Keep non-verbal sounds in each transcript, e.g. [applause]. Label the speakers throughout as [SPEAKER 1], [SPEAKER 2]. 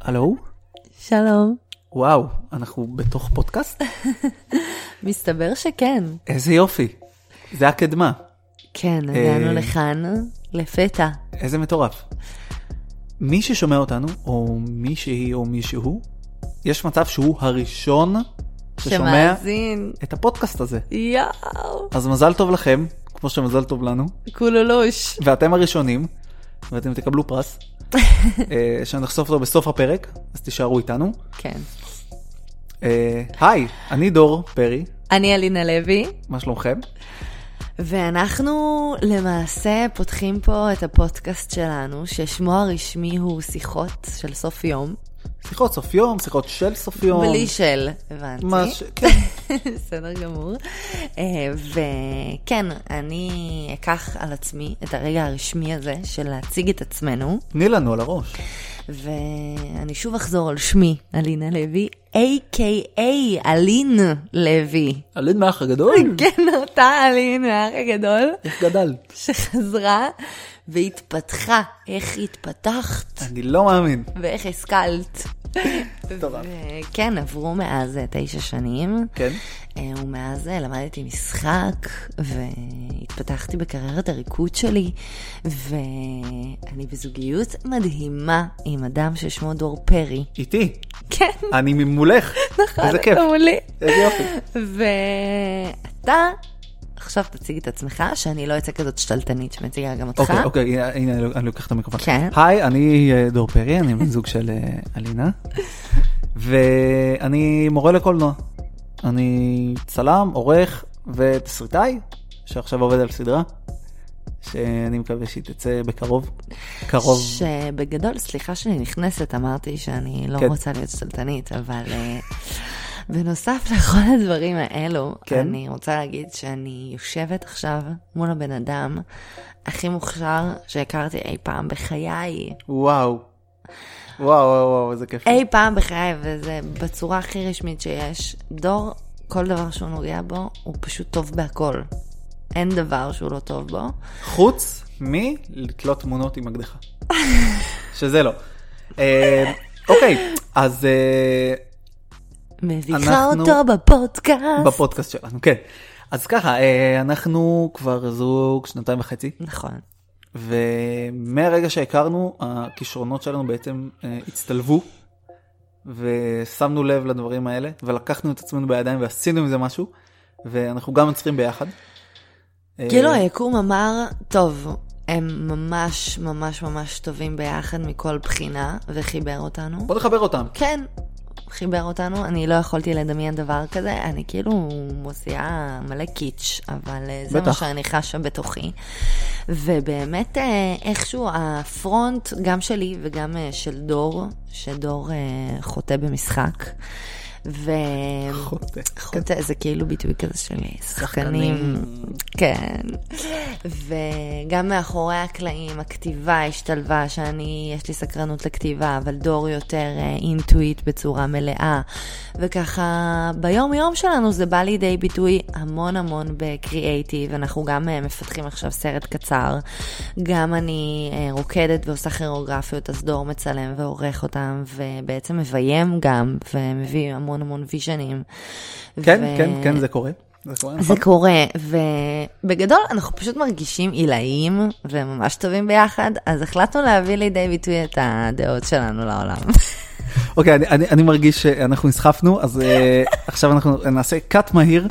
[SPEAKER 1] הלו?
[SPEAKER 2] שלום.
[SPEAKER 1] וואו, אנחנו בתוך פודקאסט?
[SPEAKER 2] מסתבר שכן.
[SPEAKER 1] איזה יופי. זה הקדמה.
[SPEAKER 2] כן,
[SPEAKER 1] אה,
[SPEAKER 2] הגענו לכאן לפתע.
[SPEAKER 1] איזה מטורף. מי ששומע אותנו, או מישהי או מישהו, יש מצב שהוא הראשון ששומע
[SPEAKER 2] שמאזין.
[SPEAKER 1] את הפודקאסט הזה.
[SPEAKER 2] יואו.
[SPEAKER 1] אז מזל טוב לכם, כמו שמזל טוב לנו,
[SPEAKER 2] קולולוש.
[SPEAKER 1] ואתם הראשונים, ואתם תקבלו פרס, אה, שנחשוף אותו בסוף הפרק, אז תישארו איתנו.
[SPEAKER 2] כן.
[SPEAKER 1] אה, היי, אני דור פרי,
[SPEAKER 2] אני אלינה לוי,
[SPEAKER 1] מה שלומכם?
[SPEAKER 2] ואנחנו למעשה פותחים פה את הפודקאסט שלנו, ששמו הרשמי הוא שיחות של סוף יום.
[SPEAKER 1] שיחות סוף יום, שיחות של סוף יום.
[SPEAKER 2] בלי של, הבנתי.
[SPEAKER 1] מה ש... כן,
[SPEAKER 2] [laughs] בסדר גמור. אה, וכן, אני אקח על עצמי את הרגע הרשמי הזה של להציג את עצמנו.
[SPEAKER 1] תני לנו על הראש.
[SPEAKER 2] ואני שוב אחזור על שמי, אלינה לוי, A.K.A. אלין לוי.
[SPEAKER 1] הלין מהאח הגדול?
[SPEAKER 2] כן, אותה אלין, האח הגדול,
[SPEAKER 1] איך גדל?
[SPEAKER 2] שחזרה והתפתחה. איך התפתחת
[SPEAKER 1] אני לא מאמין.
[SPEAKER 2] ואיך השכלת.
[SPEAKER 1] תודה.
[SPEAKER 2] כן, עברו מאז אה, תשע שנים.
[SPEAKER 1] כן?
[SPEAKER 2] אה, ומאז אה, למדתי משחק, והתפתחתי בקריירת הריקוד שלי, ואני בזוגיות מדהימה עם אדם ששמו דור פרי.
[SPEAKER 1] איתי.
[SPEAKER 2] כן,
[SPEAKER 1] אני ממולך.
[SPEAKER 2] נכון,
[SPEAKER 1] איזה כיף.
[SPEAKER 2] אתה מולי.
[SPEAKER 1] איזה יופי.
[SPEAKER 2] ואתה, עכשיו תציג את עצמך, שאני לא אצא כזאת שתלטנית שמציגה גם אותך.
[SPEAKER 1] אוקיי, אוקיי, הנה, הנה, אני לוק- אני לוקח את המיקרופון.
[SPEAKER 2] כן.
[SPEAKER 1] היי, אני אה, דור פרי, אני בן זוג של אה, אלינה, ואני מורה לקולנוע. אני צלם, עורך ותסריטאי, שעכשיו עובד על סדרה, שאני מקווה שהיא תצא בקרוב. קרוב.
[SPEAKER 2] שבגדול, סליחה שאני נכנסת, אמרתי שאני לא
[SPEAKER 1] כן.
[SPEAKER 2] רוצה להיות שתלטנית, אבל אה, בנוסף לכל הדברים האלו,
[SPEAKER 1] כן.
[SPEAKER 2] אני רוצה להגיד שאני יושבת עכשיו מול הבן אדם הכי מוכשר שהכרתי אי פעם בחיי.
[SPEAKER 1] וואו. וואו, וואו, וואו, איזה כיף.
[SPEAKER 2] אי פעם בחיי, וזה בצורה הכי רשמית שיש. דור, כל דבר שהוא נוגע בו, הוא פשוט טוב בהכל. אין דבר שהוא לא טוב בו.
[SPEAKER 1] חוץ מלתלות תמונות עם
[SPEAKER 2] [laughs]
[SPEAKER 1] אקדחה. שזה לא. אה, אוקיי, אז אה,
[SPEAKER 2] מביכה
[SPEAKER 1] אנחנו-
[SPEAKER 2] אותו בפודקאסט.
[SPEAKER 1] בפודקאסט שלנו, כן. אז ככה, אה, אנחנו כבר זוג שנתיים וחצי,
[SPEAKER 2] נכון.
[SPEAKER 1] ומהרגע שהכרנו, הכישרונות שלנו בעצם אה, הצטלבו, ושמנו לב לדברים האלה, ולקחנו את עצמנו בידיים ועשינו עם זה משהו, ואנחנו גם מצחיקים ביחד. אה,
[SPEAKER 2] כאילו היקום אמר, טוב, הם ממש ממש ממש טובים ביחד מכל בחינה, וחיבר אותנו.
[SPEAKER 1] בוא נחבר אותם.
[SPEAKER 2] כן, חיבר אותנו, אני לא יכולתי לדמיין דבר כזה, אני כאילו מוציאה מלא קיץ', אבל אה, זה מה
[SPEAKER 1] בטח.
[SPEAKER 2] שאני חשה בתוכי. ובאמת אה, איכשהו הפרונט, גם שלי וגם אה, של דור, שדור אה, חוטא במשחק. ו...
[SPEAKER 1] חוטא.
[SPEAKER 2] חוטא, זה כאילו ביטוי כזה שלי, שחקנים, כן. וגם מאחורי הקלעים, הכתיבה השתלבה, שאני, יש לי סקרנות לכתיבה, אבל דור יותר אה, אינטואיט בצורה מלאה. וככה, ביום יום שלנו זה בא לידי ביטוי המון המון בקריאייטיב, אנחנו גם אה, מפתחים עכשיו סרט קצר, גם אני אה, רוקדת ועושה כירוגרפיות, אז דור מצלם ועורך אותם, ובעצם מביים גם, ומביא המון המון ויז'נים.
[SPEAKER 1] כן, כן, כן, זה קורה. זה קורה, נכון.
[SPEAKER 2] זה קורה, ובגדול אנחנו פשוט מרגישים עילאיים וממש טובים ביחד, אז החלטנו להביא לידי ביטוי את הדעות שלנו לעולם.
[SPEAKER 1] אוקיי, אני, אני, אני מרגיש שאנחנו נסחפנו, אז uh, עכשיו אנחנו נעשה קאט מהיר,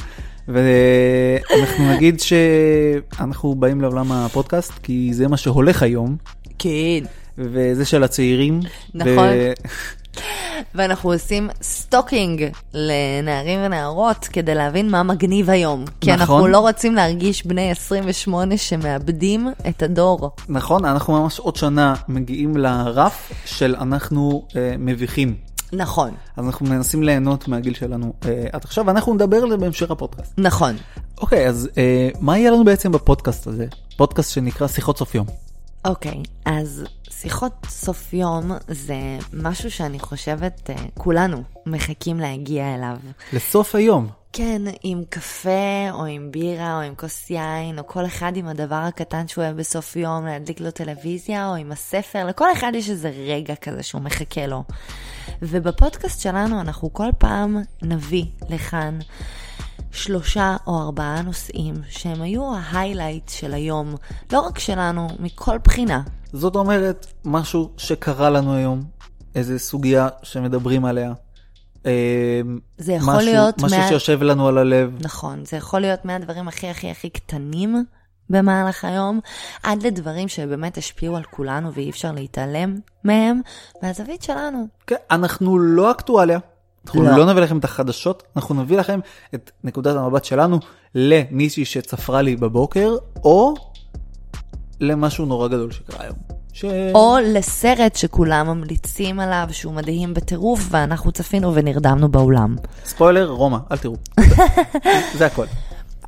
[SPEAKER 1] ואנחנו נגיד שאנחנו באים לעולם הפודקאסט, כי זה מה שהולך היום,
[SPEAKER 2] כן.
[SPEAKER 1] וזה של הצעירים.
[SPEAKER 2] נכון. ואנחנו עושים סטוקינג לנערים ונערות כדי להבין מה מגניב היום. כי
[SPEAKER 1] נכון.
[SPEAKER 2] אנחנו לא רוצים להרגיש בני 28 שמאבדים את הדור.
[SPEAKER 1] נכון, אנחנו ממש עוד שנה מגיעים לרף של אנחנו uh, מביכים.
[SPEAKER 2] נכון,
[SPEAKER 1] אז אנחנו מנסים ליהנות מהגיל שלנו uh, עד עכשיו, ואנחנו נדבר על זה בהמשך הפודקאסט.
[SPEAKER 2] נכון.
[SPEAKER 1] אוקיי, אז uh, מה יהיה לנו בעצם בפודקאסט הזה? פודקאסט שנקרא שיחות סוף יום.
[SPEAKER 2] אוקיי, אז שיחות סוף יום זה משהו שאני חושבת אה, כולנו מחכים להגיע אליו.
[SPEAKER 1] לסוף היום.
[SPEAKER 2] כן, עם קפה, או עם בירה, או עם כוס יין, או כל אחד עם הדבר הקטן שהוא אוהב בסוף יום, להדליק לו טלוויזיה, או עם הספר, לכל אחד יש איזה רגע כזה שהוא מחכה לו. ובפודקאסט שלנו אנחנו כל פעם נביא לכאן שלושה או ארבעה נושאים שהם היו ההיילייט של היום, לא רק שלנו, מכל בחינה.
[SPEAKER 1] זאת אומרת, משהו שקרה לנו היום, איזה סוגיה שמדברים עליה. אה,
[SPEAKER 2] זה יכול
[SPEAKER 1] משהו,
[SPEAKER 2] להיות
[SPEAKER 1] משהו
[SPEAKER 2] מה-
[SPEAKER 1] שיושב לנו על הלב.
[SPEAKER 2] נכון, זה יכול להיות מהדברים הכי הכי הכי קטנים במהלך היום, עד לדברים שבאמת השפיעו על כולנו ואי אפשר להתעלם מהם, מהזווית שלנו.
[SPEAKER 1] כן, אנחנו לא אקטואליה. אנחנו
[SPEAKER 2] לא.
[SPEAKER 1] לא. לא נביא לכם את החדשות, אנחנו נביא לכם את נקודת המבט שלנו למישהי שצפרה לי בבוקר, או למשהו נורא גדול שקרה היום. ש...
[SPEAKER 2] או לסרט שכולם ממליצים עליו, שהוא מדהים בטירוף, ואנחנו צפינו ונרדמנו באולם.
[SPEAKER 1] ספוילר, רומא, אל
[SPEAKER 2] [laughs]
[SPEAKER 1] תראו. זה הכל.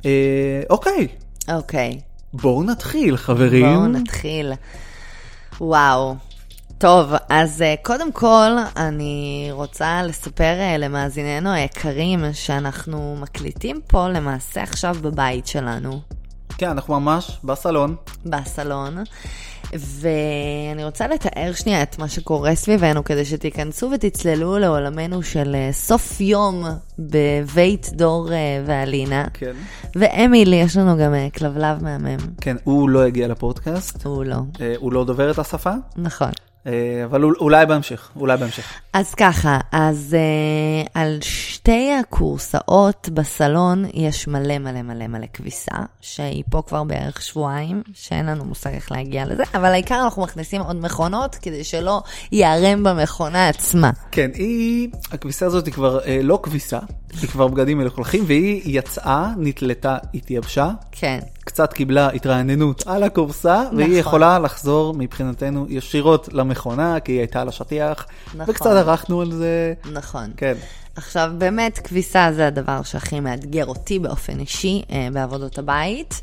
[SPEAKER 1] אה, אוקיי,
[SPEAKER 2] אוקיי,
[SPEAKER 1] בואו נתחיל חברים.
[SPEAKER 2] בואו נתחיל. וואו. טוב, אז אה, קודם כל, אני רוצה לספר אה, למאזיננו היקרים שאנחנו מקליטים פה למעשה עכשיו בבית שלנו.
[SPEAKER 1] כן, אנחנו ממש בסלון.
[SPEAKER 2] בסלון, ואני רוצה לתאר שנייה את מה שקורה סביבנו, כדי שתיכנסו ותצללו לעולמנו של אה, סוף יום בבית דור אה, ואלינה.
[SPEAKER 1] כן.
[SPEAKER 2] ואמילי, יש לנו גם אה, כלבלב מהמם.
[SPEAKER 1] כן, הוא לא הגיע לפודקאסט,
[SPEAKER 2] הוא לא.
[SPEAKER 1] אה, הוא לא דובר את השפה,
[SPEAKER 2] נכון.
[SPEAKER 1] אה, אבל אול- אולי בהמשך, אולי בהמשך.
[SPEAKER 2] אז ככה, אז אה, על שתי הכורסאות בסלון יש מלא מלא מלא מלא כביסה, שהיא פה כבר בערך שבועיים, שאין לנו מושג איך להגיע לזה, אבל העיקר אנחנו מכניסים עוד מכונות כדי שלא ייערם במכונה עצמה.
[SPEAKER 1] כן, היא, הכביסה הזאת היא כבר אה, לא כביסה, היא כבר בגדים מלוכלכים, והיא יצאה, נתלתה, התייבשה,
[SPEAKER 2] כן,
[SPEAKER 1] קצת קיבלה התרעננות על הכורסה, נכון. והיא יכולה לחזור מבחינתנו ישירות למכונה, כי היא הייתה על השטיח,
[SPEAKER 2] נכון.
[SPEAKER 1] וקצת ערכנו על זה.
[SPEAKER 2] נכון.
[SPEAKER 1] כן,
[SPEAKER 2] עכשיו, באמת, כביסה זה הדבר שהכי מאתגר אותי באופן אישי אה, בעבודות הבית.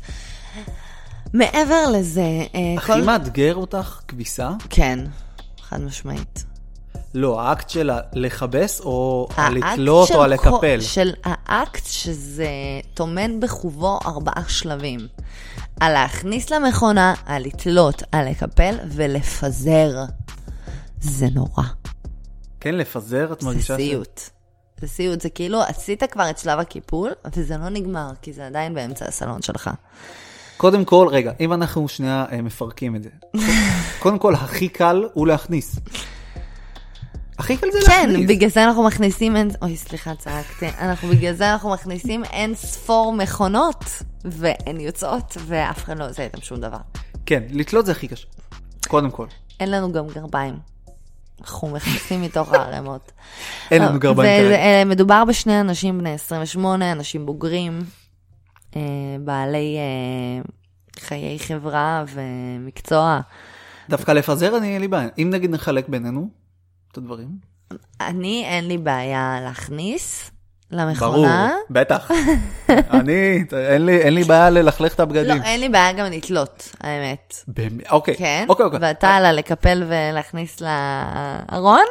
[SPEAKER 2] מעבר לזה, אה,
[SPEAKER 1] הכי מאתגר אותך כביסה?
[SPEAKER 2] כן, חד משמעית.
[SPEAKER 1] לא, האקט שלה לכבס או
[SPEAKER 2] האקט
[SPEAKER 1] לתלות
[SPEAKER 2] של
[SPEAKER 1] או
[SPEAKER 2] כל-
[SPEAKER 1] לקפל?
[SPEAKER 2] של האקט שזה טומן בחובו ארבעה שלבים. על להכניס למכונה, על לתלות, על לקפל ולפזר. זה נורא.
[SPEAKER 1] כן, לפזר, את
[SPEAKER 2] זה
[SPEAKER 1] מרגישה ש...
[SPEAKER 2] סיוט. זה סיוט, זה כאילו עשית כבר את שלב הקיפול, וזה לא נגמר, כי זה עדיין באמצע הסלון שלך.
[SPEAKER 1] קודם כל, רגע, אם אנחנו שנייה אה, מפרקים את
[SPEAKER 2] [laughs]
[SPEAKER 1] זה. קודם כל, הכי קל הוא להכניס. הכי קל זה
[SPEAKER 2] כן,
[SPEAKER 1] להכניס.
[SPEAKER 2] בגלל זה אנחנו מכניסים אין... אוי, סליחה, צעקתי. אנחנו בגלל זה אנחנו מכניסים אין ספור מכונות, והן יוצאות, ואף אחד לא עושה איתן שום דבר.
[SPEAKER 1] כן, לתלות זה הכי קשה. קודם כל.
[SPEAKER 2] אין לנו גם גרביים. אנחנו מכניסים מתוך הערימות.
[SPEAKER 1] אין לנו גרביים
[SPEAKER 2] וזה-
[SPEAKER 1] כאלה.
[SPEAKER 2] אה, מדובר בשני אנשים בני 28, אנשים בוגרים, אה, בעלי אה, חיי חברה ומקצוע.
[SPEAKER 1] דווקא לפזר, אני אין לי בעיה. אם נגיד נחלק בינינו את הדברים.
[SPEAKER 2] אני, אין לי בעיה להכניס
[SPEAKER 1] ברור,
[SPEAKER 2] למכונה. [laughs]
[SPEAKER 1] בטח. אני, אין לי- אין לי בעיה ללכלך את
[SPEAKER 2] לא,
[SPEAKER 1] הבגדים.
[SPEAKER 2] אין לי בעיה גם לתלות, האמת.
[SPEAKER 1] באמת, אוקיי,
[SPEAKER 2] כן?
[SPEAKER 1] אוקיי, אוקיי.
[SPEAKER 2] ואתה על הלקפל ולהכניס לארון?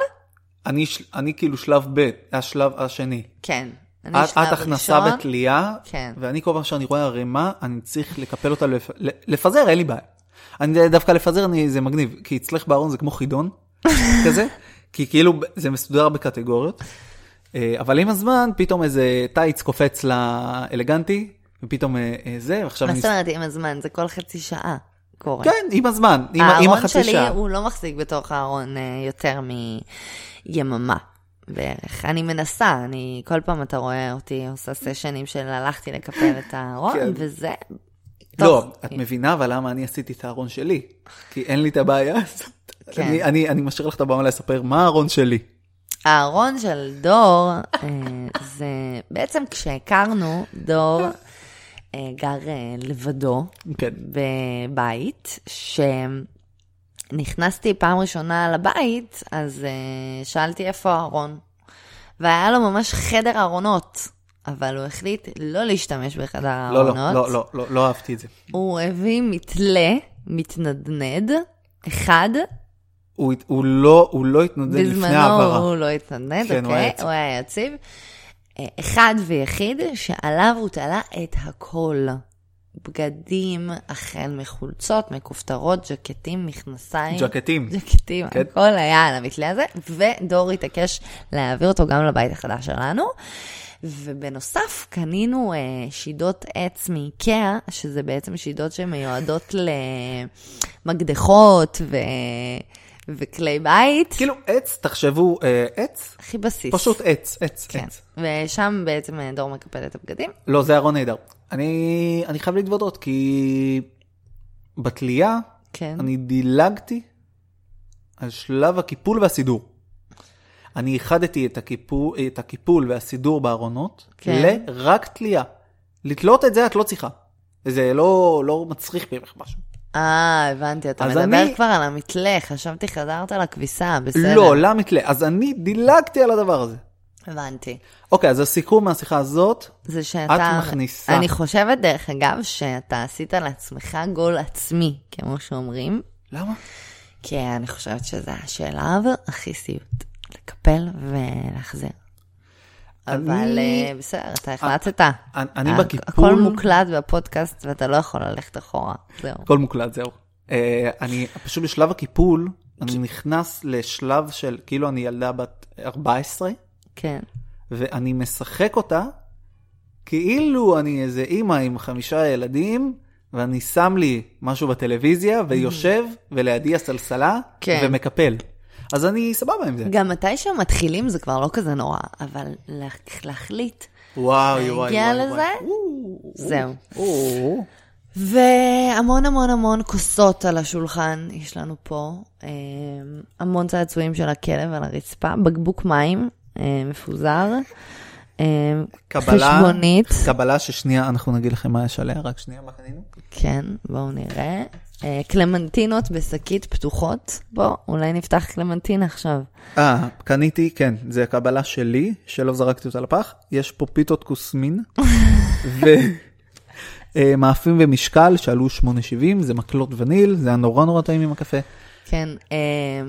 [SPEAKER 1] אני של- אני כאילו שלב ב', השלב השני.
[SPEAKER 2] כן. אני
[SPEAKER 1] את
[SPEAKER 2] שלב
[SPEAKER 1] את הכנסה
[SPEAKER 2] ראשון.
[SPEAKER 1] בתלייה,
[SPEAKER 2] כן.
[SPEAKER 1] ואני כל פעם שאני רואה ערימה, אני צריך לקפל אותה, לפ- לפזר, אין לי בעיה. אני דווקא לפזר, אני, זה מגניב, כי אצלך בארון זה כמו
[SPEAKER 2] [laughs]
[SPEAKER 1] חידון כזה, כי כאילו זה מסודר בקטגוריות, אה, אבל עם הזמן פתאום איזה טייץ קופץ לאלגנטי, ופתאום אה, אה, זה, ועכשיו
[SPEAKER 2] מה
[SPEAKER 1] אני...
[SPEAKER 2] זאת אומרת עם הזמן? זה כל חצי שעה קורה.
[SPEAKER 1] כן, עם הזמן, עם ה- עם
[SPEAKER 2] הארון
[SPEAKER 1] החצי
[SPEAKER 2] שלי
[SPEAKER 1] שעה.
[SPEAKER 2] הוא לא מחזיק בתוך הארון אה, יותר מיממה בערך. אני מנסה, אני, כל פעם אתה רואה אותי עושה סשנים של הלכתי לקפל את הארון,
[SPEAKER 1] כן.
[SPEAKER 2] וזה...
[SPEAKER 1] לא,
[SPEAKER 2] טוב.
[SPEAKER 1] את מבינה אבל למה אני עשיתי את הארון שלי, כי אין לי את הבעיה הזאת.
[SPEAKER 2] כן.
[SPEAKER 1] אני- אני אני משאיר לך את הבמה לספר מה הארון שלי.
[SPEAKER 2] הארון של דור, אה, זה בעצם כשהכרנו, דור אה, גר אה, לבדו
[SPEAKER 1] כן.
[SPEAKER 2] בבית, שנכנסתי פעם ראשונה לבית, אז אה, שאלתי איפה הארון. והיה לו ממש חדר ארונות, אבל הוא החליט לא להשתמש בחדר
[SPEAKER 1] לא, לא,
[SPEAKER 2] הארונות.
[SPEAKER 1] לא, לא, לא, לא אהבתי את זה.
[SPEAKER 2] הוא הביא מתלה, מתנדנד, אחד,
[SPEAKER 1] הוא, הוא לא, הוא לא התנדב לפני
[SPEAKER 2] בזמנו
[SPEAKER 1] העברה.
[SPEAKER 2] הוא לא התנדנד,
[SPEAKER 1] כן, הוא היה
[SPEAKER 2] אוקיי,
[SPEAKER 1] יציב.
[SPEAKER 2] הוא היה יציב. אה, אחד ויחיד שעליו הוא תלה את הכל. בגדים, החל מחולצות, מכופתרות, ז'קטים, מכנסיים.
[SPEAKER 1] ג'קטים.
[SPEAKER 2] ז'קטים,
[SPEAKER 1] כן.
[SPEAKER 2] הכל היה על המתלה הזה, ודור התעקש להעביר אותו גם לבית החדש שלנו. ובנוסף, קנינו אה, שידות עץ מאיקאה, שזה בעצם שידות שמיועדות למקדחות ו... וכלי בית.
[SPEAKER 1] כאילו עץ, תחשבו אה, עץ,
[SPEAKER 2] הכי בסיס.
[SPEAKER 1] פשוט עץ, עץ,
[SPEAKER 2] כן.
[SPEAKER 1] עץ.
[SPEAKER 2] ושם בעצם אה, דור מקפל את הבגדים.
[SPEAKER 1] לא, זה ארון נהדר. אני, אני חייב להתוודות, כי בתלייה
[SPEAKER 2] כן.
[SPEAKER 1] אני דילגתי על שלב הקיפול והסידור. אני איחדתי את הקיפול, את הקיפול והסידור בארונות
[SPEAKER 2] כן.
[SPEAKER 1] לרק תלייה. לתלות את זה את לא צריכה. זה לא, לא מצריך ממך משהו.
[SPEAKER 2] אה, הבנתי, אתה
[SPEAKER 1] אז
[SPEAKER 2] מדבר
[SPEAKER 1] אני-
[SPEAKER 2] כבר על המתלה, חשבתי חזרת לכביסה, בסדר.
[SPEAKER 1] לא, למה תלה? אז אני דילגתי על הדבר הזה.
[SPEAKER 2] הבנתי.
[SPEAKER 1] אוקיי, אז הסיכום מהשיחה הזאת,
[SPEAKER 2] זה שאתה...
[SPEAKER 1] את מכניסה.
[SPEAKER 2] אני חושבת, דרך אגב, שאתה עשית לעצמך גול עצמי, כמו שאומרים,
[SPEAKER 1] למה?
[SPEAKER 2] כי אני חושבת שזה השלב הכי סיוט, לקפל ולהחזיר. אבל
[SPEAKER 1] אני-
[SPEAKER 2] אה, בסדר, אתה החלטת.
[SPEAKER 1] אני- אני
[SPEAKER 2] הכ-
[SPEAKER 1] בקיפול-
[SPEAKER 2] אה, הכל מוקלט בפודקאסט ואתה לא יכול ללכת אחורה, זהו.
[SPEAKER 1] הכל מוקלט, זהו. אה, אני פשוט בשלב הקיפול, אני נכנס לשלב של, כאילו אני ילדה בת 14,
[SPEAKER 2] כן.
[SPEAKER 1] ואני משחק אותה כאילו אני איזה אימא עם חמישה ילדים, ואני שם לי משהו בטלוויזיה, ויושב, ולידי הסלסלה,
[SPEAKER 2] Mm. כן.
[SPEAKER 1] ומקפל. אז אני סבבה עם זה.
[SPEAKER 2] גם מתי שהם מתחילים זה כבר לא כזה נורא, אבל לה- להחליט.
[SPEAKER 1] וואי, וואי, וואי.
[SPEAKER 2] נגיע
[SPEAKER 1] וואי.
[SPEAKER 2] לזה?
[SPEAKER 1] או,
[SPEAKER 2] זהו.
[SPEAKER 1] או.
[SPEAKER 2] והמון המון המון כוסות על השולחן יש לנו פה, אה, המון צעצועים של הכלב על הרצפה, בקבוק מים אה, מפוזר, אה,
[SPEAKER 1] קבלה,
[SPEAKER 2] חשבונית,
[SPEAKER 1] קבלה ששנייה, אנחנו נגיד לכם מה יש עליה, רק שנייה, מה קנינו?
[SPEAKER 2] כן, בואו נראה, אה, קלמנטינות בשקית פתוחות, בוא, אולי נפתח קלמנטינה עכשיו.
[SPEAKER 1] אה, קניתי, כן, זה קבלה שלי, שלא זרקתי אותה לפח. יש פה פיתות
[SPEAKER 2] [laughs]
[SPEAKER 1] כוסמין, ומאפים ומשקל שעלו 8.70, זה מקלות וניל, זה היה נורא נורא טעים עם הקפה.
[SPEAKER 2] כן, אה,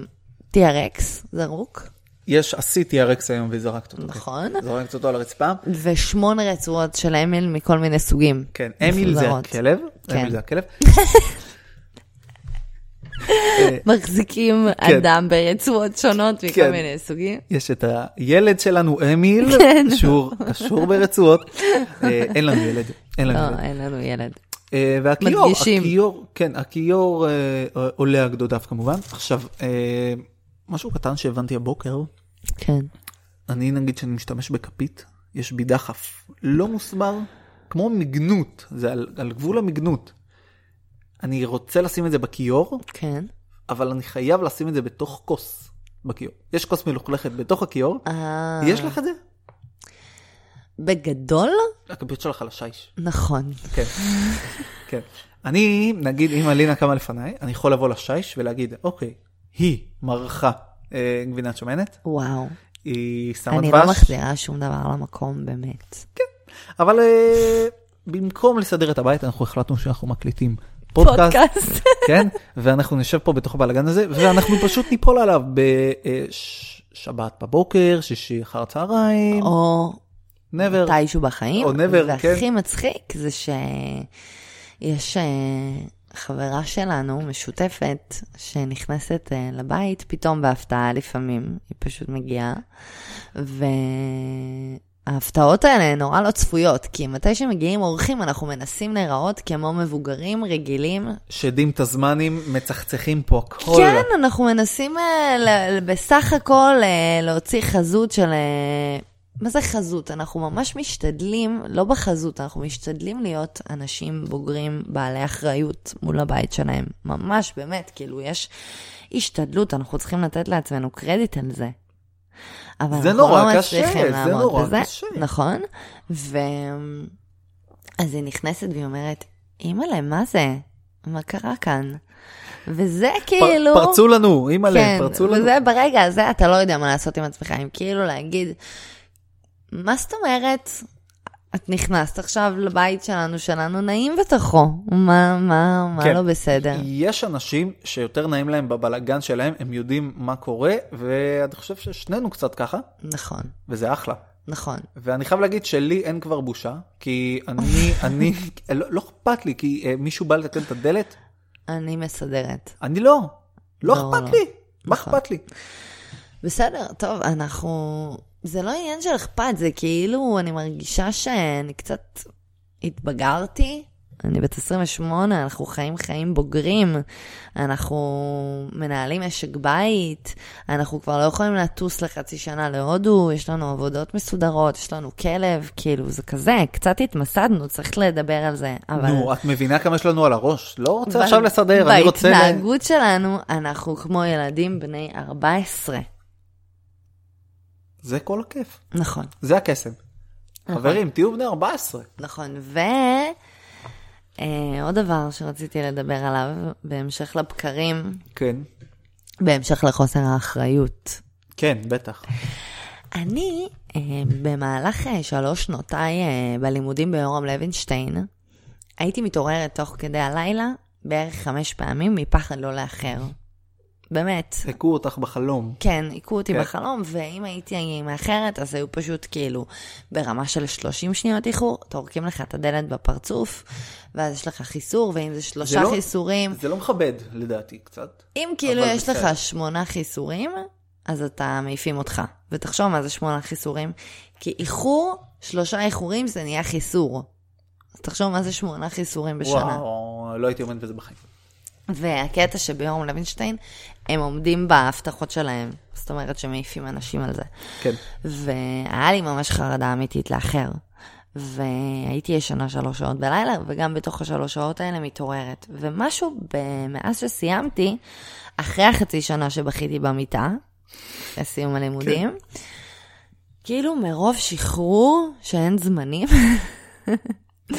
[SPEAKER 2] TRX זרוק,
[SPEAKER 1] יש, עשיתי הרקס היום וזרקת אותו.
[SPEAKER 2] נכון,
[SPEAKER 1] כן. זרקת אותו על הרצפה.
[SPEAKER 2] ושמונה רצועות של אמיל מכל מיני סוגים.
[SPEAKER 1] כן, אמיל זה
[SPEAKER 2] מפוזרות.
[SPEAKER 1] הכלב,
[SPEAKER 2] כן.
[SPEAKER 1] אמיל זה הכלב.
[SPEAKER 2] מחזיקים
[SPEAKER 1] כן.
[SPEAKER 2] אדם ברצועות שונות מכל
[SPEAKER 1] כן.
[SPEAKER 2] מיני סוגים.
[SPEAKER 1] יש את הילד שלנו,
[SPEAKER 2] [laughs]
[SPEAKER 1] אמיל,
[SPEAKER 2] כן.
[SPEAKER 1] שהוא קשור ברצועות. אה, אין לנו ילד, אין לנו ילד.
[SPEAKER 2] לא, אין לנו ילד.
[SPEAKER 1] אה, והכיור,
[SPEAKER 2] מדגישים.
[SPEAKER 1] הכיור, כן, הכיור אה, עולה על גדודיו כמובן. עכשיו, אה, משהו קטן שהבנתי הבוקר,
[SPEAKER 2] כן.
[SPEAKER 1] אני נגיד שאני משתמש בכפית, יש בי דחף לא מוסבר, כמו מגנות, זה על, על גבול המגנות. אני רוצה לשים את זה בכיור,
[SPEAKER 2] כן.
[SPEAKER 1] אבל אני חייב לשים את זה בתוך כוס בכיור. יש כוס מלוכלכת בתוך הכיור,
[SPEAKER 2] אה,
[SPEAKER 1] יש לך את זה?
[SPEAKER 2] בגדול?
[SPEAKER 1] הכפית שלך על השיש.
[SPEAKER 2] נכון.
[SPEAKER 1] כן, כן. אני, נגיד, אם אלינה קמה לפניי, אני יכול לבוא לשיש ולהגיד, אוקיי, היא מרחה אה, גבינת שמנת,
[SPEAKER 2] וואו.
[SPEAKER 1] היא שמה
[SPEAKER 2] אני לא
[SPEAKER 1] דבש,
[SPEAKER 2] מחזירה שום דבר למקום, באמת.
[SPEAKER 1] אבל אה, במקום לסדר את הבית, אנחנו החלטנו שאנחנו מקליטים פודקאסט, כן? ואנחנו נשב פה בתוך הבלאגן הזה, ואנחנו פשוט ניפול עליו בשבת בבוקר, שישי אחר הצהריים,
[SPEAKER 2] או
[SPEAKER 1] never.
[SPEAKER 2] מתישהו בחיים.
[SPEAKER 1] או never,
[SPEAKER 2] והכי
[SPEAKER 1] כן.
[SPEAKER 2] מצחיק זה שיש אה, חברה שלנו, משותפת, שנכנסת אה, לבית פתאום בהפתעה לפעמים, היא פשוט מגיעה, וההפתעות האלה הן נורא לא צפויות, כי מתי שמגיעים אורחים אנחנו מנסים להיראות כמו מבוגרים רגילים.
[SPEAKER 1] שדים תזמנים מצחצחים פה הכל.
[SPEAKER 2] כן, אנחנו מנסים אה, ל- ל- בסך הכל אה, להוציא חזות של... אה, מה זה חזות? אנחנו ממש משתדלים, לא בחזות, אנחנו משתדלים להיות אנשים בוגרים בעלי אחריות מול הבית שלהם. ממש, באמת, כאילו, יש השתדלות, אנחנו צריכים לתת לעצמנו קרדיט על זה. אבל
[SPEAKER 1] זה
[SPEAKER 2] אנחנו
[SPEAKER 1] נורא
[SPEAKER 2] לא
[SPEAKER 1] קשה,
[SPEAKER 2] מצליחים
[SPEAKER 1] זה
[SPEAKER 2] לעמוד
[SPEAKER 1] נורא
[SPEAKER 2] בזה,
[SPEAKER 1] קשה.
[SPEAKER 2] נכון? ו... אז היא נכנסת והיא אומרת, אימא'לה, מה זה? מה קרה כאן? וזה כאילו... כן,
[SPEAKER 1] פ- פרצו לנו, אימא'לה, פרצו לנו.
[SPEAKER 2] וזה ברגע הזה אתה לא יודע מה לעשות עם עצמך, אם כאילו להגיד, מה זאת אומרת, את נכנסת עכשיו לבית שלנו, שלנו נעים בתוכו, מה, מה, מה
[SPEAKER 1] כן.
[SPEAKER 2] לא בסדר?
[SPEAKER 1] יש אנשים שיותר נעים להם בבלגן שלהם, הם יודעים מה קורה, ואני חושב ששנינו קצת ככה,
[SPEAKER 2] נכון,
[SPEAKER 1] וזה אחלה.
[SPEAKER 2] נכון.
[SPEAKER 1] ואני חייב להגיד שלי אין כבר בושה, כי
[SPEAKER 2] [laughs]
[SPEAKER 1] אני, אני, לא לא אכפת לי, כי אה, מישהו בא לתקן את הדלת,
[SPEAKER 2] אני מסדרת.
[SPEAKER 1] אני לא, לא
[SPEAKER 2] לא,
[SPEAKER 1] אכפת
[SPEAKER 2] לא.
[SPEAKER 1] לי, מה
[SPEAKER 2] נכון.
[SPEAKER 1] אכפת לי?
[SPEAKER 2] בסדר, טוב, אנחנו... זה לא עניין של אכפת, זה כאילו, אני מרגישה שאני קצת התבגרתי. אני בת 28, אנחנו חיים חיים בוגרים, אנחנו מנהלים משק בית, אנחנו כבר לא יכולים לטוס לחצי שנה להודו, יש לנו עבודות מסודרות, יש לנו כלב, כאילו, זה כזה, קצת התמסדנו, צריך לדבר על זה, אבל...
[SPEAKER 1] נו, את מבינה כמה יש לנו על הראש? לא רוצה
[SPEAKER 2] ב-
[SPEAKER 1] עכשיו לסדר, אני רוצה... ל-
[SPEAKER 2] בהתנהגות שלנו, אנחנו כמו ילדים בני 14.
[SPEAKER 1] זה כל הכיף,
[SPEAKER 2] נכון.
[SPEAKER 1] זה הקסם. חברים, תהיו בני 14.
[SPEAKER 2] נכון, ו... אה, עוד דבר שרציתי לדבר עליו, בהמשך לבקרים,
[SPEAKER 1] כן.
[SPEAKER 2] בהמשך לחוסר האחריות.
[SPEAKER 1] כן, בטח. [laughs]
[SPEAKER 2] אני, אה, במהלך אה, שלוש שנותיי אה, בלימודים ביורם לוינשטיין, הייתי מתעוררת תוך כדי הלילה בערך חמש פעמים מפחד לא לאחר. באמת.
[SPEAKER 1] הכו אותך בחלום.
[SPEAKER 2] כן, הכו אותי
[SPEAKER 1] כן.
[SPEAKER 2] כן. בחלום, ואם הייתי מאחרת, אז היו פשוט כאילו ברמה של 30 שניות איחור, טורקים לך את הדלת בפרצוף, ואז יש לך חיסור, ואם זה שלושה
[SPEAKER 1] זה לא-
[SPEAKER 2] זה חיסורים,
[SPEAKER 1] זה לא מכבד, לדעתי, קצת.
[SPEAKER 2] אם כאילו
[SPEAKER 1] אבל
[SPEAKER 2] יש
[SPEAKER 1] בסדר.
[SPEAKER 2] לך שמונה חיסורים, אז אתה מעיפים אותך. ותחשוב מה זה שמונה חיסורים, כי איחור, שלושה איחורים זה נהיה חיסור. אז תחשוב מה זה שמונה חיסורים בשנה.
[SPEAKER 1] וואו, לא הייתי עומד בזה בחיים.
[SPEAKER 2] והקטע שביורם לוינשטיין, הם עומדים בהבטחות שלהם. זאת אומרת שמעיפים אנשים על זה.
[SPEAKER 1] כן.
[SPEAKER 2] והיה לי ממש חרדה אמיתית לאחר. והייתי ישנה שלוש שעות בלילה, וגם בתוך השלוש שעות האלה מתעוררת. ומשהו ב- מאז שסיימתי, אחרי החצי שנה שבכיתי במיטה, לסיום הלימודים, כן. כאילו מרוב שחרור שאין זמנים,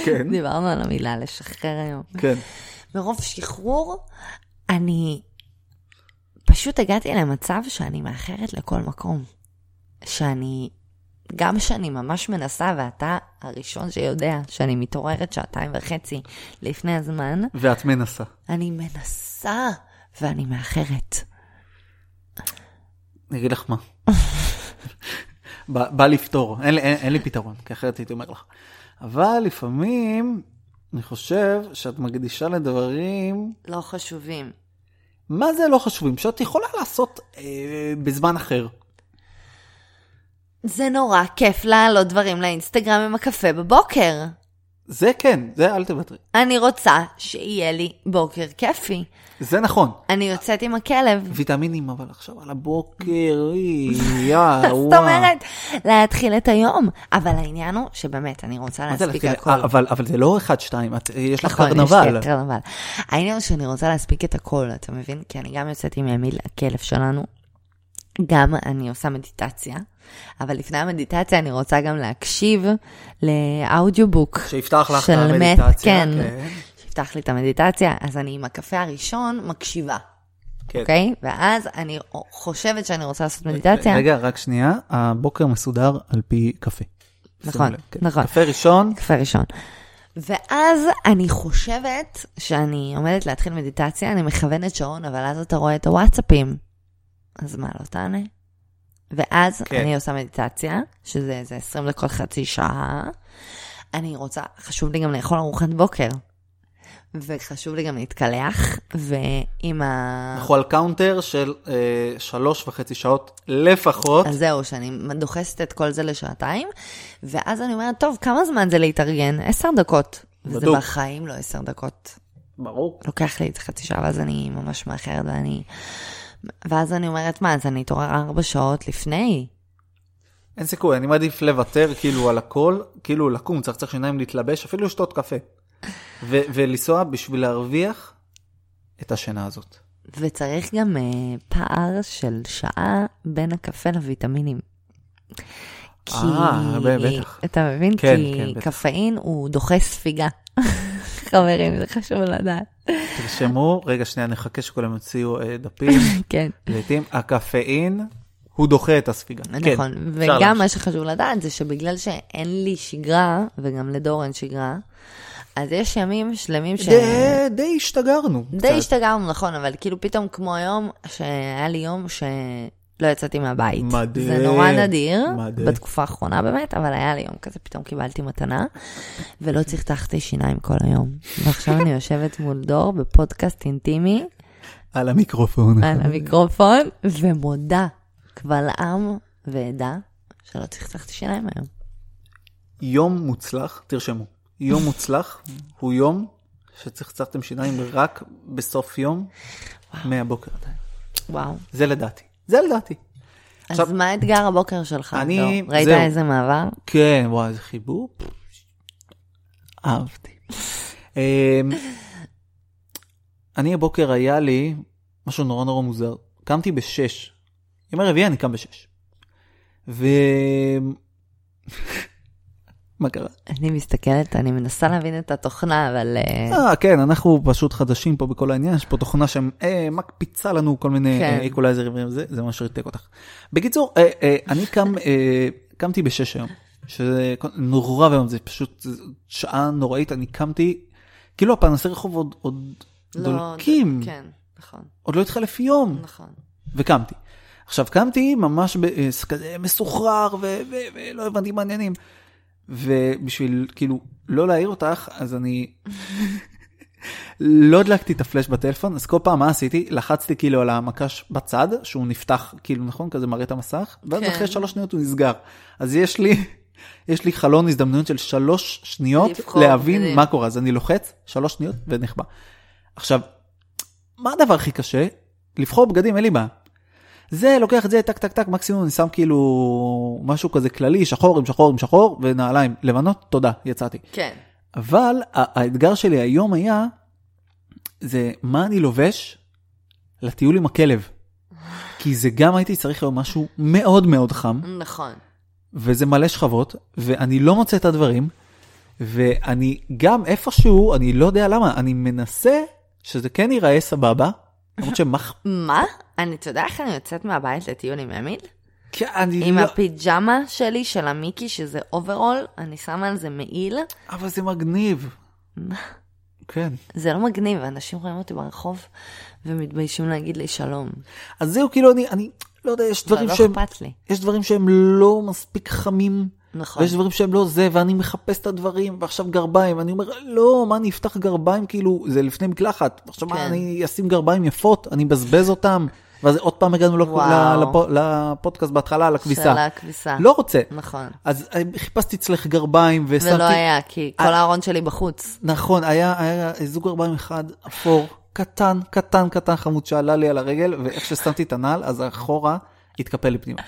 [SPEAKER 1] כן.
[SPEAKER 2] [laughs] דיברנו על המילה לשחרר היום.
[SPEAKER 1] כן.
[SPEAKER 2] מרוב שחרור, אני פשוט הגעתי למצב שאני מאחרת לכל מקום. שאני, גם שאני ממש מנסה, ואתה הראשון שיודע שאני מתעוררת שעתיים וחצי לפני הזמן,
[SPEAKER 1] ואת מנסה.
[SPEAKER 2] אני מנסה ואני מאחרת.
[SPEAKER 1] אני אגיד לך מה. בא, בא לפתור, אין, לי- אין, אין לי פתרון, כי אחרת הייתי אומר לך. אבל לפעמים, אני חושב שאת מקדישה לדברים,
[SPEAKER 2] לא חשובים.
[SPEAKER 1] מה זה לא חשובים? שאת יכולה לעשות אה, בזמן אחר.
[SPEAKER 2] זה נורא כיף להעלות דברים לאינסטגרם עם הקפה בבוקר.
[SPEAKER 1] זה כן, זה אל תוותרי.
[SPEAKER 2] אני רוצה שיהיה לי בוקר כיפי.
[SPEAKER 1] זה נכון.
[SPEAKER 2] אני יוצאת עם הכלב,
[SPEAKER 1] ויטמינים, אבל עכשיו על הבוקר, אי, יאה, וואו.
[SPEAKER 2] [laughs] זאת אומרת, להתחיל את היום. אבל העניין הוא שבאמת, אני רוצה
[SPEAKER 1] מה זה
[SPEAKER 2] להספיק
[SPEAKER 1] להתחיל?
[SPEAKER 2] הכל.
[SPEAKER 1] אבל, אבל זה לא 1-2, את- יש לך
[SPEAKER 2] נכון, יש לי
[SPEAKER 1] קרנבל.
[SPEAKER 2] קרנבל. העניין הוא שאני רוצה להספיק את הכל, אתה מבין? כי אני גם יוצאת עם אמיל, הכלב שלנו. גם אני עושה מדיטציה, אבל לפני המדיטציה אני רוצה גם להקשיב לאודיובוק.
[SPEAKER 1] שיפתח לך את
[SPEAKER 2] של מת,
[SPEAKER 1] המדיטציה.
[SPEAKER 2] כן. שיפתח לי את המדיטציה, אז אני עם הקפה הראשון מקשיבה,
[SPEAKER 1] כן.
[SPEAKER 2] אוקיי? ואז אני חושבת שאני רוצה לעשות מדיטציה.
[SPEAKER 1] רגע, רק שנייה, הבוקר מסודר על פי קפה.
[SPEAKER 2] נכון,
[SPEAKER 1] שימו לב, כן.
[SPEAKER 2] נכון.
[SPEAKER 1] קפה ראשון,
[SPEAKER 2] קפה ראשון. ואז אני חושבת שאני עומדת להתחיל מדיטציה, אני מכוונת שעון, אבל אז אתה רואה את הוואטסאפים. אז מה, לא תענה? ואז
[SPEAKER 1] כן.
[SPEAKER 2] כן. אני עושה מדיטציה, שזה איזה 20 דקות, חצי שעה. אני רוצה, חשוב לי גם לאכול ארוחת בוקר. וחשוב לי גם להתקלח, ועם ה...
[SPEAKER 1] אנחנו על קאונטר של אה, שלוש וחצי שעות לפחות.
[SPEAKER 2] אז זהו, שאני דוחסת את כל זה לשעתיים, ואז אני אומרת, טוב, כמה זמן זה להתארגן? עשר דקות. וזה
[SPEAKER 1] בדוק.
[SPEAKER 2] בחיים לא עשר דקות.
[SPEAKER 1] ברור.
[SPEAKER 2] לוקח לי את חצי שעה, ואז אני ממש מאחרת, ואני... ואז אני אומרת, מה, אז אני אתעורר ארבע שעות לפני?
[SPEAKER 1] אין סיכוי, אני מעדיף לוותר כאילו על הכל, כאילו לקום, צריך צריך שיניים להתלבש, אפילו לשתות קפה. ו- ולנסוע בשביל להרוויח את השינה הזאת.
[SPEAKER 2] וצריך גם אה, פער של שעה בין הקפה לוויטמינים. כי...
[SPEAKER 1] אה, ב- בטח.
[SPEAKER 2] אתה מבין?
[SPEAKER 1] כן,
[SPEAKER 2] כי
[SPEAKER 1] כן, בטח.
[SPEAKER 2] קפאין הוא דוחה ספיגה. [laughs] חברים, זה חשוב לדעת.
[SPEAKER 1] תרשמו, רגע שנייה, נחכה שכולם יוציאו אה,
[SPEAKER 2] [laughs]
[SPEAKER 1] דפים.
[SPEAKER 2] כן.
[SPEAKER 1] לעתים הקפאין, הוא דוחה את הספיגה. כן,
[SPEAKER 2] נכון,
[SPEAKER 1] אפשר
[SPEAKER 2] וגם
[SPEAKER 1] להמשיך.
[SPEAKER 2] מה שחשוב לדעת זה שבגלל שאין לי שגרה, וגם לדור אין שגרה, אז יש ימים שלמים ש...
[SPEAKER 1] די- די השתגרנו.
[SPEAKER 2] די
[SPEAKER 1] קצת.
[SPEAKER 2] השתגרנו, נכון, אבל כאילו פתאום כמו היום, שהיה לי יום ש... לא יצאתי מהבית.
[SPEAKER 1] מדהים.
[SPEAKER 2] זה נורא נדיר,
[SPEAKER 1] מדהים.
[SPEAKER 2] בתקופה האחרונה באמת, אבל היה לי יום כזה, פתאום קיבלתי מתנה, ולא צחצחתי שיניים כל היום. ועכשיו אני יושבת מול דור בפודקאסט אינטימי,
[SPEAKER 1] על המיקרופון.
[SPEAKER 2] על המיקרופון, ומודה קבל עם ועדה שלא צחצחתי שיניים היום.
[SPEAKER 1] יום מוצלח, תרשמו, יום מוצלח הוא יום שצחצחתם שיניים רק בסוף יום מהבוקר.
[SPEAKER 2] וואו.
[SPEAKER 1] זה לדעתי. זה לדעתי.
[SPEAKER 2] אז
[SPEAKER 1] עכשיו-
[SPEAKER 2] מה אתגר הבוקר שלך?
[SPEAKER 1] אני-
[SPEAKER 2] דור? ראית
[SPEAKER 1] זהו.
[SPEAKER 2] איזה מעבר?
[SPEAKER 1] כן, וואי, איזה חיבור. אהבתי. אמ, אני הבוקר היה לי משהו נורא נורא מוזר. קמתי בשש. יום הרביעי אני קם בשש. ו... [laughs] מה קרה?
[SPEAKER 2] אני מסתכלת, אני מנסה להבין את התוכנה, אבל... אה,
[SPEAKER 1] אה, כן, אנחנו פשוט חדשים פה בכל העניין, יש פה תוכנה שמקפיצה לנו כל מיני
[SPEAKER 2] כן.
[SPEAKER 1] איקולייזרים, זה, זה ממש ריתק אותך. בקיצור, אה, אה, אני קם, אה, קמתי בשש היום, שזה נורא ואיום, זה פשוט שעה נוראית, אני קמתי, כאילו הפנסי רחוב עוד, עוד
[SPEAKER 2] לא,
[SPEAKER 1] דולקים,
[SPEAKER 2] כן, נכון,
[SPEAKER 1] עוד לא התחלף יום,
[SPEAKER 2] נכון.
[SPEAKER 1] וקמתי. עכשיו קמתי ממש ב- אה, כזה מסוחרר ו- ו- ולא הבנתי מה העניינים. ובשביל כאילו לא להעיר אותך אז אני לא הדלקתי את הפלאש בטלפון אז כל פעם מה עשיתי לחצתי כאילו על המקש בצד שהוא נפתח כאילו נכון כזה מראה את המסך ואז
[SPEAKER 2] כן.
[SPEAKER 1] אחרי שלוש שניות הוא נסגר אז יש לי יש לי חלון הזדמנויות של שלוש שניות
[SPEAKER 2] לבחור,
[SPEAKER 1] להבין
[SPEAKER 2] בדיוק.
[SPEAKER 1] מה קורה אז אני לוחץ שלוש שניות ונחבא. עכשיו מה הדבר הכי קשה? לבחור בגדים, אין לי בעיה. זה לוקח את זה טק טק טק מקסימום אני שם כאילו משהו כזה כללי שחור עם שחור עם שחור ונעליים לבנות תודה יצאתי
[SPEAKER 2] כן.
[SPEAKER 1] אבל ה- האתגר שלי היום היה זה מה אני לובש לטיול עם הכלב כי זה גם הייתי צריך היום משהו מאוד מאוד חם
[SPEAKER 2] נכון.
[SPEAKER 1] וזה מלא שכבות, ואני לא מוצא את הדברים, ואני גם איפשהו, אני לא יודע למה, אני מנסה שזה כן ייראה סבבה, למרות
[SPEAKER 2] [laughs]
[SPEAKER 1] שמה, אכפ-
[SPEAKER 2] מה? אני, אתה יודע איך אני יוצאת מהבית לטיול עם ימין?
[SPEAKER 1] כן, אני
[SPEAKER 2] עם
[SPEAKER 1] לא,
[SPEAKER 2] הפיג'מה שלי, של המיקי, שזה אוברול, אני שמה על זה מעיל.
[SPEAKER 1] אבל זה
[SPEAKER 2] [laughs]
[SPEAKER 1] מגניב. כן.
[SPEAKER 2] זה לא מגניב, אנשים רואים אותי ברחוב ומתביישים להגיד לי שלום.
[SPEAKER 1] אז זהו, כאילו, אני, אני לא יודע, יש
[SPEAKER 2] אבל
[SPEAKER 1] דברים
[SPEAKER 2] לא
[SPEAKER 1] שהם,
[SPEAKER 2] אכפת לי.
[SPEAKER 1] יש דברים שהם לא מספיק חמים.
[SPEAKER 2] נכון.
[SPEAKER 1] ויש דברים שהם לא זה, ואני מחפש את הדברים, ועכשיו גרביים, אני אומר, לא, מה אני אפתח גרביים, כאילו, זה לפני מקלחת, עכשיו
[SPEAKER 2] כן.
[SPEAKER 1] מה, אני אשים גרביים יפות, אני אבזבז אותם, ואז עוד פעם הגענו לפ-
[SPEAKER 2] וואו.
[SPEAKER 1] לפ- לפודקאסט בהתחלה, לכביסה.
[SPEAKER 2] של הכביסה.
[SPEAKER 1] לא רוצה.
[SPEAKER 2] נכון.
[SPEAKER 1] אז אה, חיפשתי אצלך גרביים, ושמתי...
[SPEAKER 2] ולא היה, כי כל
[SPEAKER 1] אה.
[SPEAKER 2] הארון שלי
[SPEAKER 1] [laughs]
[SPEAKER 2] בחוץ.
[SPEAKER 1] נכון, היה, היה זוג גרביים אחד אפור, קטן, קטן, קטן, חמוד, שעלה לי על הרגל, ואיך ששמתי את הנעל, אז אחורה התקפל לפנימה.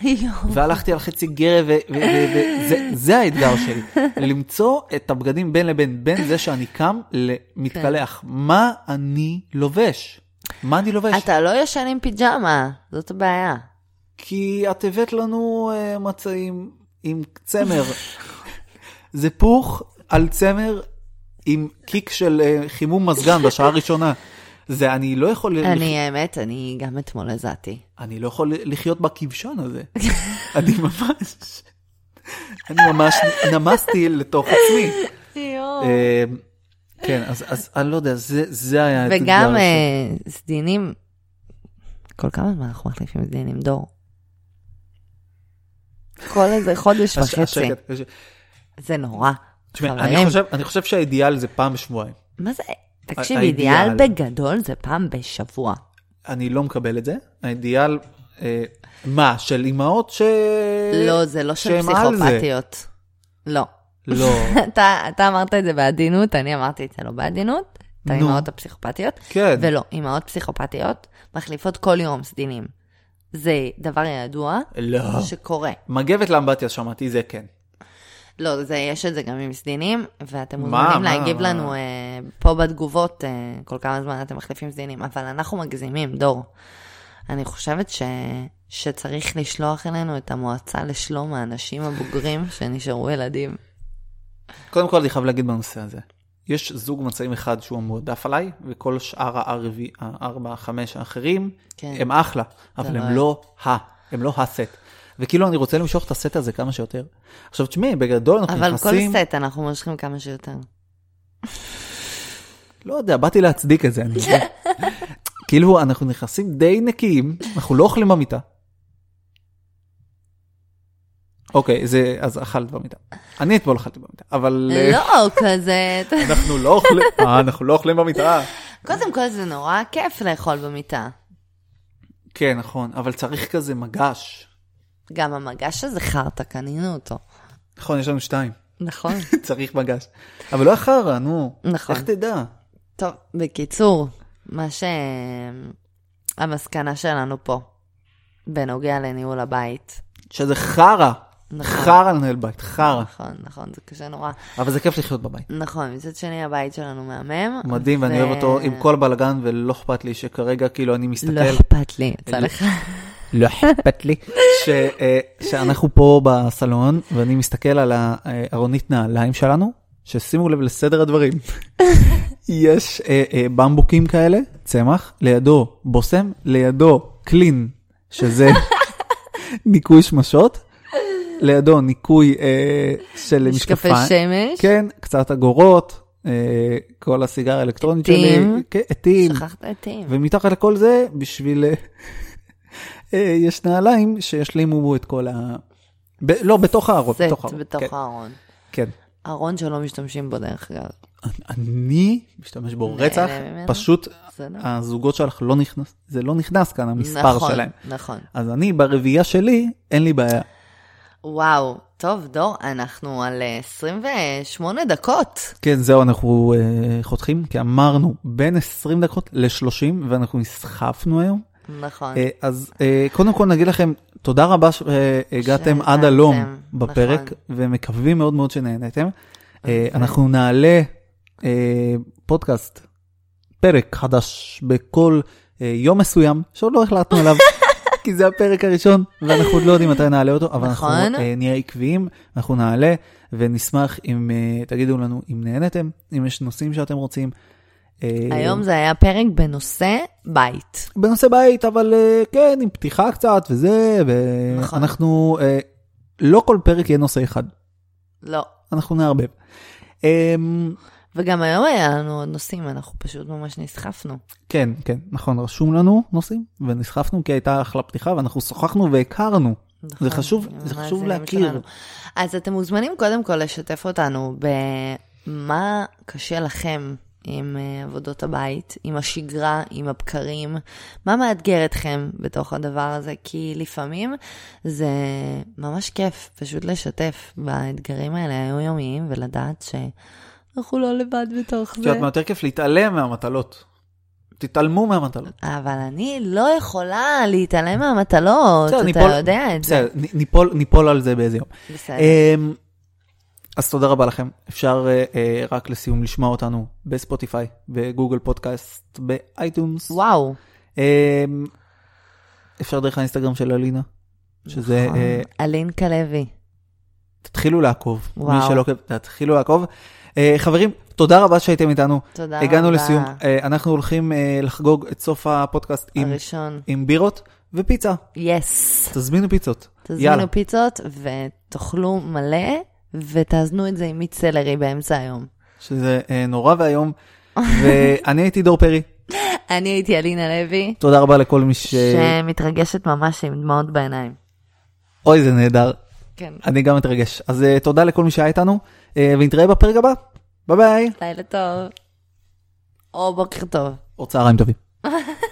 [SPEAKER 2] יואו.
[SPEAKER 1] והלכתי על חצי גרב, וזה האתגר שלי, למצוא את הבגדים בין לבין, בין זה שאני קם למתקלח.
[SPEAKER 2] כן.
[SPEAKER 1] מה אני לובש? מה אני לובש?
[SPEAKER 2] אתה לא ישן עם פיג'מה, זאת הבעיה.
[SPEAKER 1] כי את הבאת לנו אה, מצעים עם צמר. זה פוך על צמר עם קיק של אה, חימום מזגן בשעה הראשונה. זה אני לא יכול... לח-
[SPEAKER 2] אני, האמת, אני גם אתמול הזעתי.
[SPEAKER 1] אני לא יכול לחיות בכבשן הזה. אני ממש... אני ממש נמסתי לתוך עצמי. אה, כן, אז, אז אני לא יודע, זה, זה היה האתגר
[SPEAKER 2] וגם
[SPEAKER 1] שלי.
[SPEAKER 2] אה, סדינים, כל כמה זמן אנחנו מחליפים סדינים, דור? כל איזה חודש
[SPEAKER 1] הש-
[SPEAKER 2] וחצי.
[SPEAKER 1] השקט, הש-
[SPEAKER 2] זה נורא.
[SPEAKER 1] תשמעי, אני
[SPEAKER 2] חברים.
[SPEAKER 1] חושב- אני חושב שהאידיאל זה פעם בשבועיים.
[SPEAKER 2] מה זה? תקשיב,
[SPEAKER 1] האידיאל.
[SPEAKER 2] אידיאל בגדול זה פעם בשבוע.
[SPEAKER 1] אני לא מקבל את זה. האידיאל, אה, מה, של אימהות ש...
[SPEAKER 2] לא, זה לא של
[SPEAKER 1] אה, שהם על זה.
[SPEAKER 2] פסיכופתיות. לא. [laughs]
[SPEAKER 1] לא,
[SPEAKER 2] אתה אתה אמרת את זה בעדינות, אני אמרתי את זה לא בעדינות. את
[SPEAKER 1] נו.
[SPEAKER 2] האימהות הפסיכופתיות.
[SPEAKER 1] כן.
[SPEAKER 2] ולא, אימהות פסיכופתיות מחליפות כל יום סדינים. זה דבר ידוע
[SPEAKER 1] לא.
[SPEAKER 2] שקורה.
[SPEAKER 1] מגבת לאמבטיה שמעתי, זה כן.
[SPEAKER 2] לא, זה, יש את זה גם עם סדינים, ואתם
[SPEAKER 1] מה,
[SPEAKER 2] מוזמנים
[SPEAKER 1] מה,
[SPEAKER 2] להגיב
[SPEAKER 1] מה?
[SPEAKER 2] לנו אה, פה בתגובות אה, כל כמה זמן אתם מחליפים סדינים, אבל אנחנו מגזימים, דור. אני חושבת ש... שצריך לשלוח אלינו את המועצה לשלום האנשים הבוגרים [laughs] שנשארו ילדים.
[SPEAKER 1] קודם כל, אני חייב להגיד בנושא הזה. יש זוג מצעים אחד שהוא המועדף עליי, וכל שאר הארבע, הארבע, חמש האחרים,
[SPEAKER 2] כן.
[SPEAKER 1] הם אחלה, אבל
[SPEAKER 2] לא
[SPEAKER 1] הם
[SPEAKER 2] היה.
[SPEAKER 1] לא ה, הם לא הסט. וכאילו, אני רוצה למשוך את הסט הזה כמה שיותר. עכשיו, תשמעי, בגדול אנחנו
[SPEAKER 2] אבל כל
[SPEAKER 1] נכנסים...
[SPEAKER 2] סט אנחנו מושכים כמה שיותר.
[SPEAKER 1] לא יודע, באתי
[SPEAKER 2] [laughs]
[SPEAKER 1] להצדיק את זה, אני יודע. כאילו, אנחנו נכנסים די נקיים, אנחנו לא אוכלים במיטה, אוקיי, זה, אז אכלת במיטה. אני אתמול אכלתי במיטה, אבל... אה,
[SPEAKER 2] לא, כזה... אתה-
[SPEAKER 1] אנחנו לא אוכלים, אה, אנחנו לא אוכלים במיטה.
[SPEAKER 2] קודם כל זה נורא כיף לאכול במיטה.
[SPEAKER 1] כן, נכון, אבל צריך כזה מגש.
[SPEAKER 2] גם המגש הזה חרטא, קנינו אותו.
[SPEAKER 1] נכון, יש לנו שתיים.
[SPEAKER 2] נכון.
[SPEAKER 1] צריך מגש. אבל לא החרא, נו.
[SPEAKER 2] נכון.
[SPEAKER 1] איך תדע?
[SPEAKER 2] טוב, בקיצור, מה ש... המסקנה שלנו פה, בנוגע לניהול הבית.
[SPEAKER 1] שזה חרא.
[SPEAKER 2] נכון.
[SPEAKER 1] חרא לנהל בית, חרא.
[SPEAKER 2] נכון, נכון, זה קשה נורא.
[SPEAKER 1] אבל זה כיף לחיות בבית.
[SPEAKER 2] נכון, מצד שני הבית שלנו מהמם.
[SPEAKER 1] מדהים, ואני
[SPEAKER 2] ו-
[SPEAKER 1] אוהב אותו עם כל הבלגן, ולא אכפת לי שכרגע, כאילו, אני
[SPEAKER 2] לא
[SPEAKER 1] מסתכל,
[SPEAKER 2] אכפת לי,
[SPEAKER 1] לא.
[SPEAKER 2] יצא לך.
[SPEAKER 1] לא אכפת לי, ש- אה, שאנחנו פה בסלון, ואני מסתכל על הארונית נעליים שלנו, ששימו לב לסדר הדברים. יש אה, אה, במבוקים כאלה, צמח, לידו בושם, לידו קלין, שזה ניקוי שמשות, לידו ניקוי אה, של
[SPEAKER 2] משקפי
[SPEAKER 1] משקפיים.
[SPEAKER 2] שמש.
[SPEAKER 1] כן, קצת אגורות, אה, כל הסיגריה האלקטרונית שלי,
[SPEAKER 2] עטים.
[SPEAKER 1] כן, עטים,
[SPEAKER 2] שכחת עטים.
[SPEAKER 1] ומתחת לכל זה, בשביל... אה, אה, יש נעליים שישלימו את כל ה... ב... לא, בתוך הארון,
[SPEAKER 2] סט
[SPEAKER 1] בתוך הארון.
[SPEAKER 2] בתוך
[SPEAKER 1] כן,
[SPEAKER 2] הארון.
[SPEAKER 1] כן.
[SPEAKER 2] ארון שלא משתמשים בו דרך אגב.
[SPEAKER 1] אני משתמש
[SPEAKER 2] אה,
[SPEAKER 1] בו רצח,
[SPEAKER 2] ממנו.
[SPEAKER 1] פשוט
[SPEAKER 2] בסדר.
[SPEAKER 1] הזוגות שלך לא נכנס, זה לא נכנס כאן המספר
[SPEAKER 2] נכון,
[SPEAKER 1] שלהם.
[SPEAKER 2] נכון.
[SPEAKER 1] אז אני ברביעייה שלי, אין לי בעיה.
[SPEAKER 2] וואו, טוב, דור, אנחנו על אה, 28 דקות.
[SPEAKER 1] כן, זהו, אנחנו אה, חותכים, כי אמרנו בין 20 דקות ל-30, ואנחנו נסחפנו היום.
[SPEAKER 2] נכון.
[SPEAKER 1] אה, אז אה, קודם כל נגיד לכם, תודה רבה שהגעתם
[SPEAKER 2] שהגעתם,
[SPEAKER 1] עד הלום
[SPEAKER 2] נכון.
[SPEAKER 1] בפרק, ומקווים מאוד מאוד שנהנתם.
[SPEAKER 2] אוקיי.
[SPEAKER 1] אה, אנחנו נעלה אה, פודקאסט, פרק חדש בכל אה, יום מסוים, שעוד לא החלטנו
[SPEAKER 2] [laughs]
[SPEAKER 1] עליו. כי זה הפרק הראשון, ואנחנו עוד לא יודעים מתי נעלה אותו, אבל
[SPEAKER 2] נכון.
[SPEAKER 1] אנחנו אה, נהיה עקביים, אנחנו נעלה, ונשמח אם אה, תגידו לנו אם נהנתם, אם יש נושאים שאתם רוצים. אה,
[SPEAKER 2] היום זה היה פרק בנושא בית.
[SPEAKER 1] בנושא בית, אבל אה, כן, עם פתיחה קצת וזה,
[SPEAKER 2] נכון.
[SPEAKER 1] ואנחנו, אה, לא כל פרק יהיה נושא אחד,
[SPEAKER 2] לא.
[SPEAKER 1] אנחנו נערבב. אמ,
[SPEAKER 2] וגם היום היה לנו עוד נושאים, אנחנו פשוט ממש נסחפנו.
[SPEAKER 1] כן, כן, נכון, רשום לנו נושאים, ונסחפנו כי הייתה אחלה פתיחה, ואנחנו שוחחנו והכרנו.
[SPEAKER 2] נכון,
[SPEAKER 1] חשוב-
[SPEAKER 2] עם
[SPEAKER 1] זה חשוב
[SPEAKER 2] המאזינים
[SPEAKER 1] להכיר.
[SPEAKER 2] שלנו. אז אתם מוזמנים קודם כל לשתף אותנו במה קשה לכם עם אה, עבודות הבית, עם השגרה, עם הבקרים, מה מאתגר אתכם בתוך הדבר הזה, כי לפעמים זה ממש כיף פשוט לשתף באתגרים האלה היומיומיים ולדעת שאנחנו לא לבד בתוך
[SPEAKER 1] את יודעת
[SPEAKER 2] זה.
[SPEAKER 1] מה יותר כיף? להתעלם מהמטלות. תתעלמו מהמטלות.
[SPEAKER 2] אבל אני לא יכולה להתעלם מהמטלות,
[SPEAKER 1] בסדר,
[SPEAKER 2] אתה
[SPEAKER 1] ניפול-
[SPEAKER 2] יודע את זה.
[SPEAKER 1] בסדר, נ- ניפול- ניפול על זה באיזה יום.
[SPEAKER 2] בסדר.
[SPEAKER 1] אמ, אז תודה רבה לכם. אפשר אה, אה, רק לסיום לשמוע אותנו בספוטיפיי, בגוגל פודקאסט, באייטונס.
[SPEAKER 2] וואו.
[SPEAKER 1] אמ, אפשר דרך האינסטגרם של אלינה, שזה,
[SPEAKER 2] נכון.
[SPEAKER 1] אה,
[SPEAKER 2] אלין כלבי.
[SPEAKER 1] תתחילו לעקוב, מי
[SPEAKER 2] וואו.
[SPEAKER 1] שלא עוקב, תתחילו לעקוב. אה, חברים, תודה רבה שהייתם איתנו,
[SPEAKER 2] תודה רבה.
[SPEAKER 1] הגענו לסיום, אה, אנחנו הולכים אה, לחגוג את סוף הפודקאסט עם-
[SPEAKER 2] הראשון.
[SPEAKER 1] עם בירות ופיצה,
[SPEAKER 2] יס.
[SPEAKER 1] תזמינו פיצות, יאללה,
[SPEAKER 2] תזמינו פיצות ותאכלו מלא, ותאזנו את זה עם מיץ סלרי באמצע היום.
[SPEAKER 1] שזה אה, נורא
[SPEAKER 2] [laughs]
[SPEAKER 1] ואיום, ואני הייתי דור פרי,
[SPEAKER 2] אני הייתי אלינה לוי,
[SPEAKER 1] תודה רבה לכל מי ש...
[SPEAKER 2] שמתרגשת ממש עם דמעות בעיניים.
[SPEAKER 1] אוי, זה נהדר,
[SPEAKER 2] כן.
[SPEAKER 1] אני גם מתרגש, אז אה, תודה לכל מי שהיה איתנו, אה, ונתראה בפרק הבא, ביי ביי,
[SPEAKER 2] לילה טוב. או בוקר טוב.
[SPEAKER 1] או צהריים טובים.